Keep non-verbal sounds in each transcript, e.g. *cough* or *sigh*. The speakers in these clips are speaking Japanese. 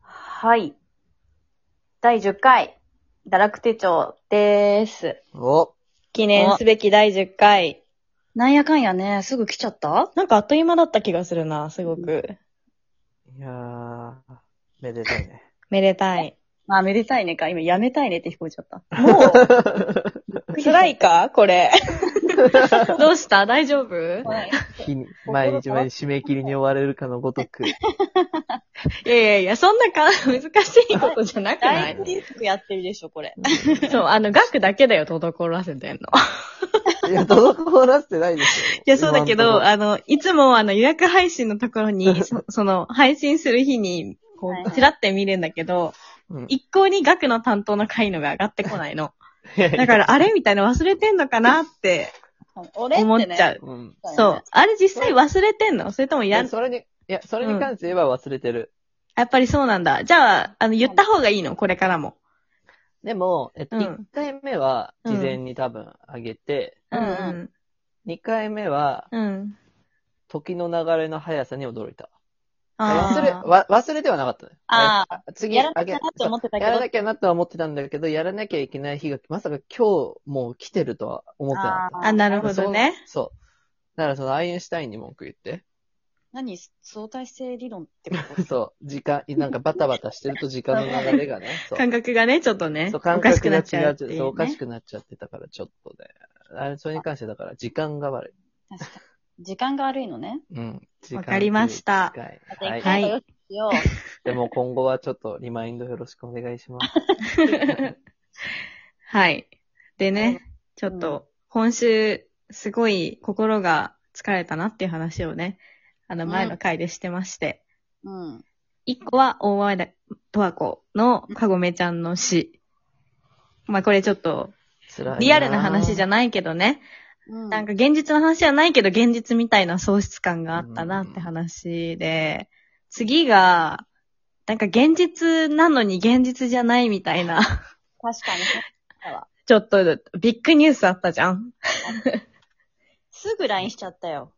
はい。第10回、堕落手帳です。お、記念すべき第10回。なんやかんやね、すぐ来ちゃったなんかあっという間だった気がするな、すごく。いやー、めでたい *laughs* ね。めでたい。まあ、めでたいねか。今、やめたいねって聞こえちゃった。もう、辛いかこれ。 *laughs* どうした大丈夫い日に毎日毎日締め切りに追われるかのごと *laughs* く。やいやいや、そんなか、 *laughs* 難しいことじゃなく大リスクやってるでしょ、これ。そう、あの、額だけだよ、滞らせ *laughs* てんの。いや、滞らせてないですよ。いや、そうだけ今のど、とこあの、いつもあの予約配信のとこ *laughs* ろに、そその、配信する日に、こはいはう、いちらって見るんだけど、ろ、うん一向に額の担当の回のが上がってこないの。いやいやだから、あれみたいな忘れてんのか *laughs* なって俺思っってちね。ゃう。 *laughs* うん。そう。あれ実際忘れてんのそれともいやや、ん、それに、いや、それに関して言えば忘れてる。やっぱりそうなんだ。じゃあ、あの、言った方がいいのこれからも。でも、えっと、うん1回目は事前に多分あげて、ううんん。 2回目はうん。時の流れの速さに驚いた。あー忘れ、わ忘れてはなかったね。ああ、次、やらなあきげゃなって思ってたけやらどな、きゃなとは思ってたんだけど、やらなきゃいけない日が、まさか今日もう来てるとは思ってなかった。あ、なるほどね。そう。そうだからそのアインシュタインに文句言っ *laughs* て。何相対性理論ってこと *laughs* そう。時間、なんかバタバタしてると時間の流れが *laughs* ね。そう。感覚がね、ちょっとね、そう、お感かしく覚がな違っちう。ゃうっていうね。そう、おかしくなっちゃってたから、ちょっとね。あれ、それに関してだから、時間が悪確かに時間が悪いのね。い。うん。時間わかりましたっていうま機た会一はい。回のよしよでも今後はちょっとリマインドよろしくお願いします。はい。でね、ちょっと、今週、すごい心が疲れたなっていう話をね、あの前の回でしてまして、う。うん。一個は大前田十和子のかごめちゃんの死。まあこれちょっと、 *laughs* 辛い。リアルな話じゃなないけどね、うん。なんか現実の話じゃないけど、現実みたいな喪失感があったなって話で、次が、なんか現実なのに現実じゃないみたいな、確かに。ちょっとビッグニュースあったじゃん。すぐ LINE しちゃったよ。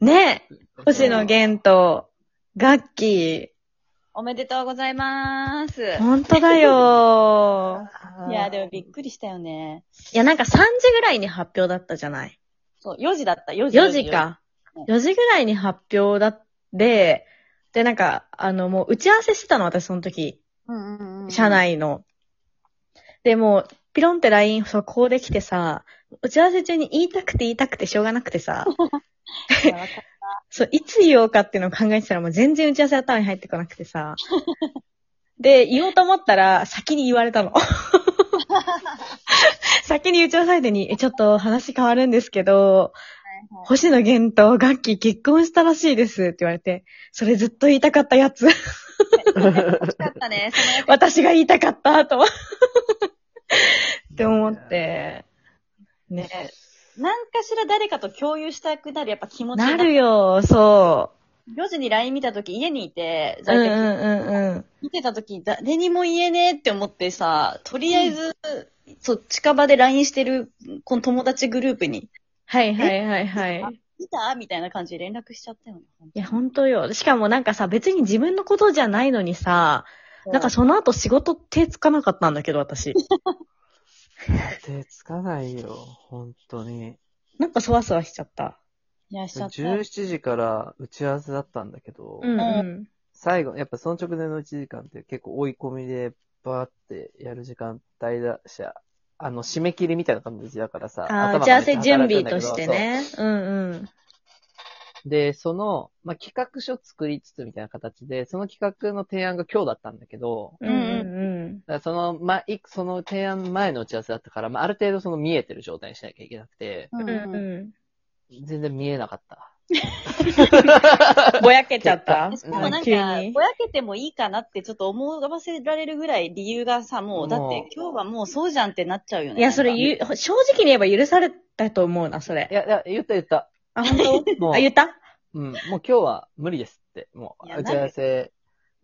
ねえい星野源と、ガッキおめでとうございまーす。ー。ほんとだ *laughs* よいや、でもびっくりしたよね。ー。いや、なんか3時ぐらいに発表だったじゃないそう、4時だった、4時。 ?4 時。か。4時ぐらいに発表だって、で、なんか、あの、もう打ち合わせしてたの、私その時。うんうんうん。社。内の。で、もう、ピロンって LINE 速攻できてさ、打ち合わせ中に言いたくて言いたくてしょうがなくて *laughs* さ、いやわかるそう、いつ言おうかっていうのを考えてたらもう全然打ち合わせ頭に入ってこなくてさ。で、言おうと思ったら先に言わ *laughs* れたの。先に打ち合わせ相手に、え、ちょっと話変わるんですけど、星野源とガッキー結婚したらしいですって言われて、それずっと言いたかったやつ。惜しかったね。そのやつ私が言いたかったと。って思って。ね。何かしら誰かと共有したくなる、やっぱ気持ちが。なるよ、そ4時に LINE 見たとき、家にいて、う。うん在うん宅うんうん。見てたとき、誰にも言えねえって思ってさ、とりあえず、そう、近場で LINE してる、この友達グループに、はいはいはいはい。見たみたいな感じで連絡しちゃったよね。いや、ほんとよ。しかもなんかさ、別に自分のことじゃないのにさ、なんかその後仕事手つかなかったんだけど、 *laughs* 私。手つかないよ、本当に。なんかそわそわしちゃった。いや、しちゃった。 17時から打ち合わせだったんだけど、うんうん。最後、やっぱその直前の1時間って結構追い込みでバーってやる時間帯だし、あの、締め切りみたいな感じだからさ、あー頭打がちね合わせ準備とし働くんて。だね。うんうけん。どそうで、その、まあ、企画書作りつつみたいな形で、その企画の提案が今日だったんだけど、うんうんだからその、まあ、いその提案前の打ち合わせだったから、まあ、ある程度その見えてる状態にしなきゃいけなくて、ううんん。うんうんう全然見えなか *laughs* った。ん。ぼやけちゃった。しかもなんか、うんぼ急やに。けてもいいかなってちょっと思わせられるぐらい理由がさ、もう、だっもてう今日はもうそうじゃんってなっちゃうよね。いや、それなんか言う、正直に言えば許されたと思うな、そいれ。や、いや言った言った。 *laughs* あ、本も当？うあ、言ったうん、もう今日は無理ですって、もいやう、打ち合わせ。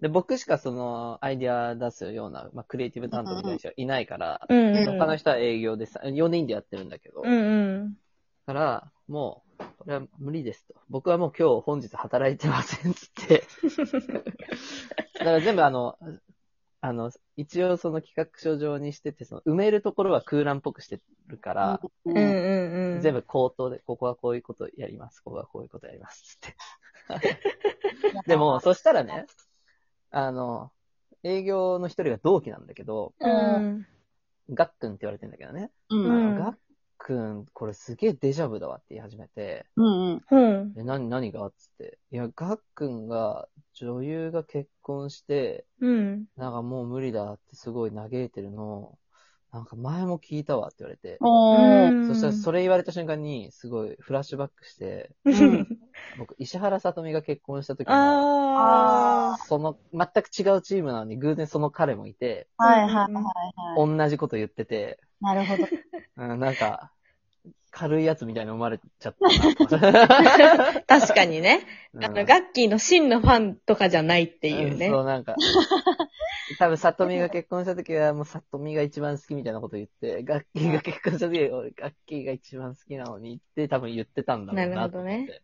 で、僕しかその、アイディア出すような、まあ、クリエイティブ担当みたいな人はいないから、うんうん。他の人は営業でさ、4人でやってるんだけど、うんうん。だから、もう、これは無理ですと。僕はもう *laughs* 今日本日働いてませんっつって。だから全部あの、あの、一応その企画書上にしてて、その埋めるところは空欄っぽくしてるから、うんうんうん。全部口頭で、ここはこういうことやります、ここはこういうことやります、つって。 *laughs* でも、そしたらね、あの、営業の一人が同期なんだけど、うん。ガックンって言われてんだけどね。うんうんガックン、これすげえデジャブだわって言い始めて、うんうん。うん。え、何、何がつって。いや、ガックンが女優が結婚して、うん。なんかもう無理だってすごい嘆いてるのを、なんか前も聞いたわって言われて、おー。そしたらそれ、れ言われた瞬間に、すごいフラッシュバックして、うん僕、石原さとみが結婚した時も、あその、全く違うチームなのに偶然その彼もいて、ははいいはいはいははいい同じこと言ってて、なるほど。うん、なんか、軽いやつみたいに思われちゃった *laughs* なと思って。あ。確かにね。あうの、んガッキーの真のファンとかじゃないっていうねん。そう、 *laughs* なんか。多分、里美が結婚した時は、もう里美が一番好きみたいなこと言って、ガッキーが結婚した時は、俺、ガッキーが一番好きなのにって多分言ってたんだろうなと思って。なるほどね。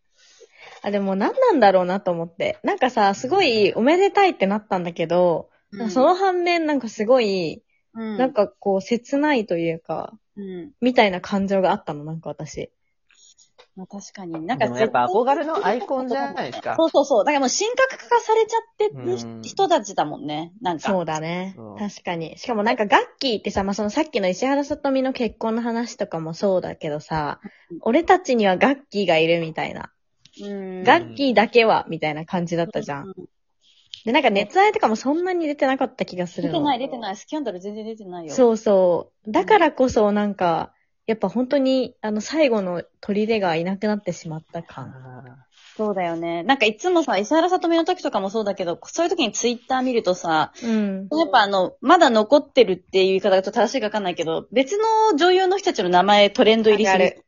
あ、でも何なんだろうなと思って。なんかさ、すごいおめでたいってなったんだけど、その反面なんかすごい、うん、なんかこう切ないというか、うん。みたいな感情があったの、なんか私。まあ確かに。なんでかもやっぱ憧れのアイコンじゃないですか。そうそうそう。だからもう神格化されちゃってうんる人たちだもんね。なんか。そうだねそう。確かに。しかもなんかガッキーってさ、まあ、そのさっきの石原さとみの結婚の話とかもそうだけどさうん、俺たちにはガッキーがいるみたいな。うん。ガッキーだけは、みたいな感じだったじゃん。う。で、なんか熱愛とかもそんなに出てなかった気がする出の。てない出てない。スキャンダル全然出てないよ。う。そうそう。だからこそなんか、やっぱ本当に、あの、最後の砦がいなくなってしまった感。あそうだよね。なんかいつもさ、石原さとみの時とかもそうだけど、そういう時にツイッター見るとさ、うん。やっぱあの、まだ残ってるっていう言い方がちょっと正しいかわかんないけど、別の女優の人たちの名前トレンド入りすあるる。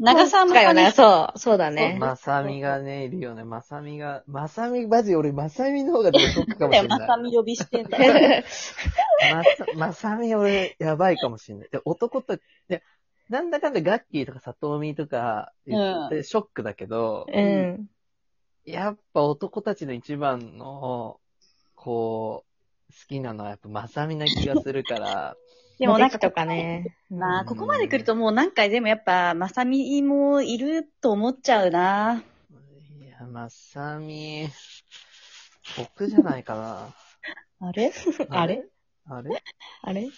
長澤まかよさみね。そう、そうだーね。まさみがね、いるよね。まさみが、まさみ、マジ俺、まさみの方がドックかもしだれよ、まない。さみ呼びしてんだよ。 *laughs* まさ、まさみ俺、やばいかもしれない。で、男と、で、なんだかんだガッキーとか里美とか言って、ショックだけど、うん。やっぱ男たちの一番の、こう、好きなのはやっぱまさみな気がするから、でもなんかモテ期とかね。なあ、うんここまで来るともう何回でもやっぱ、まさみもいると思っちゃうな。いや、まさみ、僕じゃないかあれな。あれあれあれい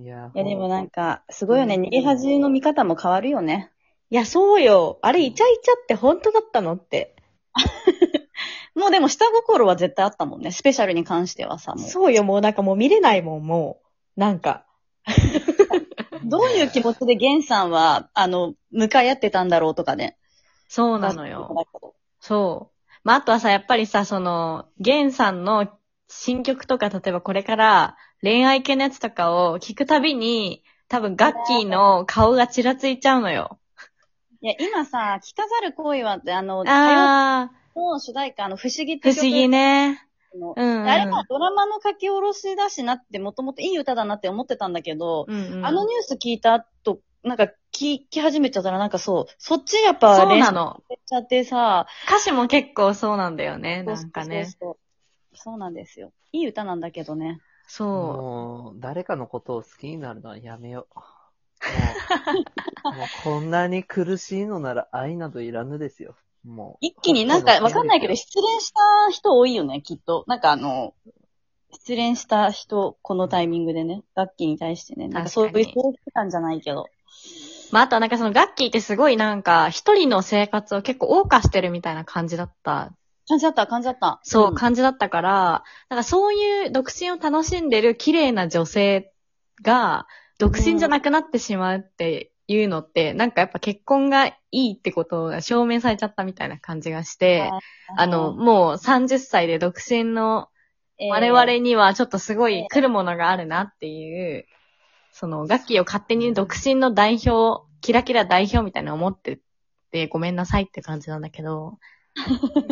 いや、いやでもなんか、か、すごいよね。うん逃げ恥の見方も変わるよね。や、そうよ。あれ、イチャイチャって本当だったのって。もうでも下心は絶対あったもんね。スペシャルに関してはさ、もう。そうよ、もうなんかもう見れないもん、もう。なんか。どういう気持ちでゲンさんは、あの、向かい合ってたんだろうとかね。そうそなのよ。そう。まあ、あとはさ、やっぱりさ、その、ゲンさんの新曲とか、例えばこれから恋愛系のやつとかを聞くたびに、多分ガッキーの顔がちらついちゃうのよ。いや、今さ、着飾る恋は、あの、歌謡ああ、の主題歌、あの、不思議って不曲思議ね。のうん。あれはドラマの書き下ろしだしなって、もともといい歌だなって思ってたんだけど、うんうん、あのニュース聞いた後、なんか聞き始めちゃったら、なんかそう、そっちやっぱ、そうなの。練習しちゃってさ、歌詞も結構そうなんだよね、そうなそうんかね。そうそうそうなんですよ。いい歌なんだけどね。そもう、誰かのことを好きになるのはや *laughs* めよう。もうもうこんなに苦しいのなら愛などいらぬですよ。もう。一気になんかわかんないけど、失恋した人多いよね、きっと。なんかあの、失恋した人、このタイミングでね、楽器に対してね、なんかそういう、そう確いかにう感じゃないけど。う。まあ、あとはなんかそのガッキーってすごいなんか、一人の生活を結構謳歌してるみたいな感じだった感じだった、感じだった。そう、ん感じだったから、なんかそういう独身を楽しんでる綺麗な女性が、独身じゃなくなってしまうっていうのって、なんかやっぱ結婚がいいってことが証明されちゃったみたいな感じがして、あの、、もう30歳で独身のえー我々にはちょっとすごい来るものがあるなっていう、その、楽器を勝手に独身の代表、キラキラ代表みたいなの思ってて、ごめんなさいって感じなんだけど、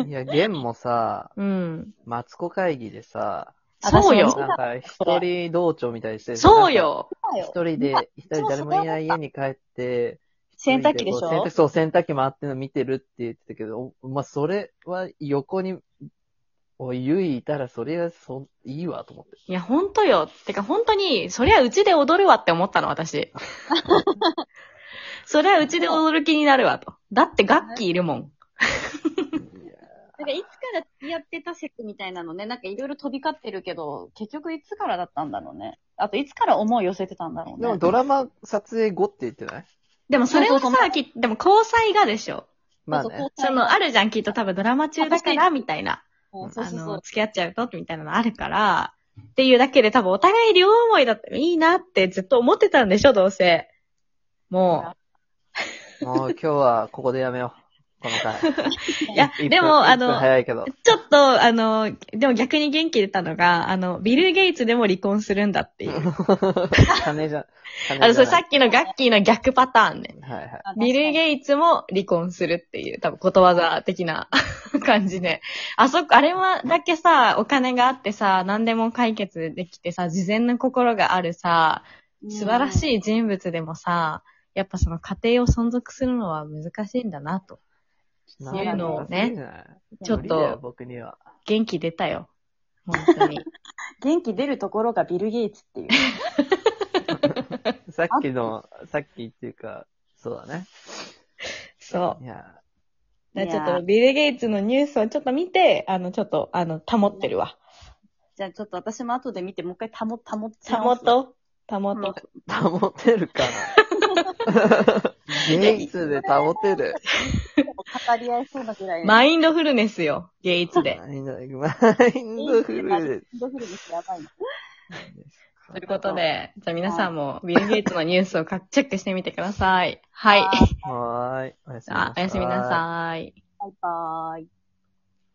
いや、ゲンもさ、うん。マツコ会議でさ、そう私よ。なんか一人同調みたいにしてるそう。よ。なんか一人で、一人誰もいない家に帰って、洗濯機でし一人こう洗濯ょそう、洗濯機回ってるの見てるって言ってたけど、おまあ、それは横におい、ゆいいたらそれはそ、いいわと思 *laughs* って。いや、ほんとよ。てか、ほんとに、そりゃうちで踊るわって思ったの、 *laughs* 私。そりゃうちで踊る気になるわと。だって、楽器いるもん。なんかいつから付き合ってた説みたいなのね、なんかいろいろ飛び交ってるけど、結局いつからだったんだろうね。あといつから思い寄せてたんだろうね。でもドラマ撮影後って言って *laughs* ないでも、それはそうそうそさ、き、でも、交際がでしょ。まあそうそうね。その、あるじゃん、きっと多分ドラマ中だから、みたいな。そうそうあそうそうの、。付き合っちゃうと、みたいなのあるから、っていうだけで多分お互い両思いだったらいいなってずっと思ってたんでしょ、どうせ。ももう今日はここでやめよう。この回。 *laughs* う。いや、一分でも、あ一分の、早い *laughs* けど。ちょっと、あの、でも逆に元気出たのが、あの、ビル・ゲイツでも離婚するんだっていう。金じゃ、金じゃなあいの、それさっきのガッキーの逆パターンね。はいはい。あビル・ゲイツも離婚するっていう、多分ことわざ的な *laughs* 感じで。あそこ、あれはだけさ、お金があってさ、何でも解決できてさ、事前の心があるさ、素晴らい。しい人物でもさ、やっぱその家庭を存続するのは難しいんだなと。そいうのをね。ちょっ無理だよと僕には。元気出たよ。本当に。元気出るところがビル・ゲイツ *laughs* っていう。さっきの、さっきっていうか、そうだね。そう。いや、だいからちょっやと、ビル・ゲイツのニュースをちょっと見て、あの、ちょっと、あの、保ってるわ。じゃあちょっと私も後で見て、もう一回保、保っちゃ保と、保と。保てるか *laughs* な。ゲイツで保てる。語り合いそうなくらい。マインドフルネスよ、ゲイツで。マインドマインドフルです。インドフルネスやばいな。ということで、じゃあ皆さんも、ビル・ゲイツのニュースをかチェックしてみてください。はい。はーい。おやすみなさい。あおやすみなさい。バイバーイ。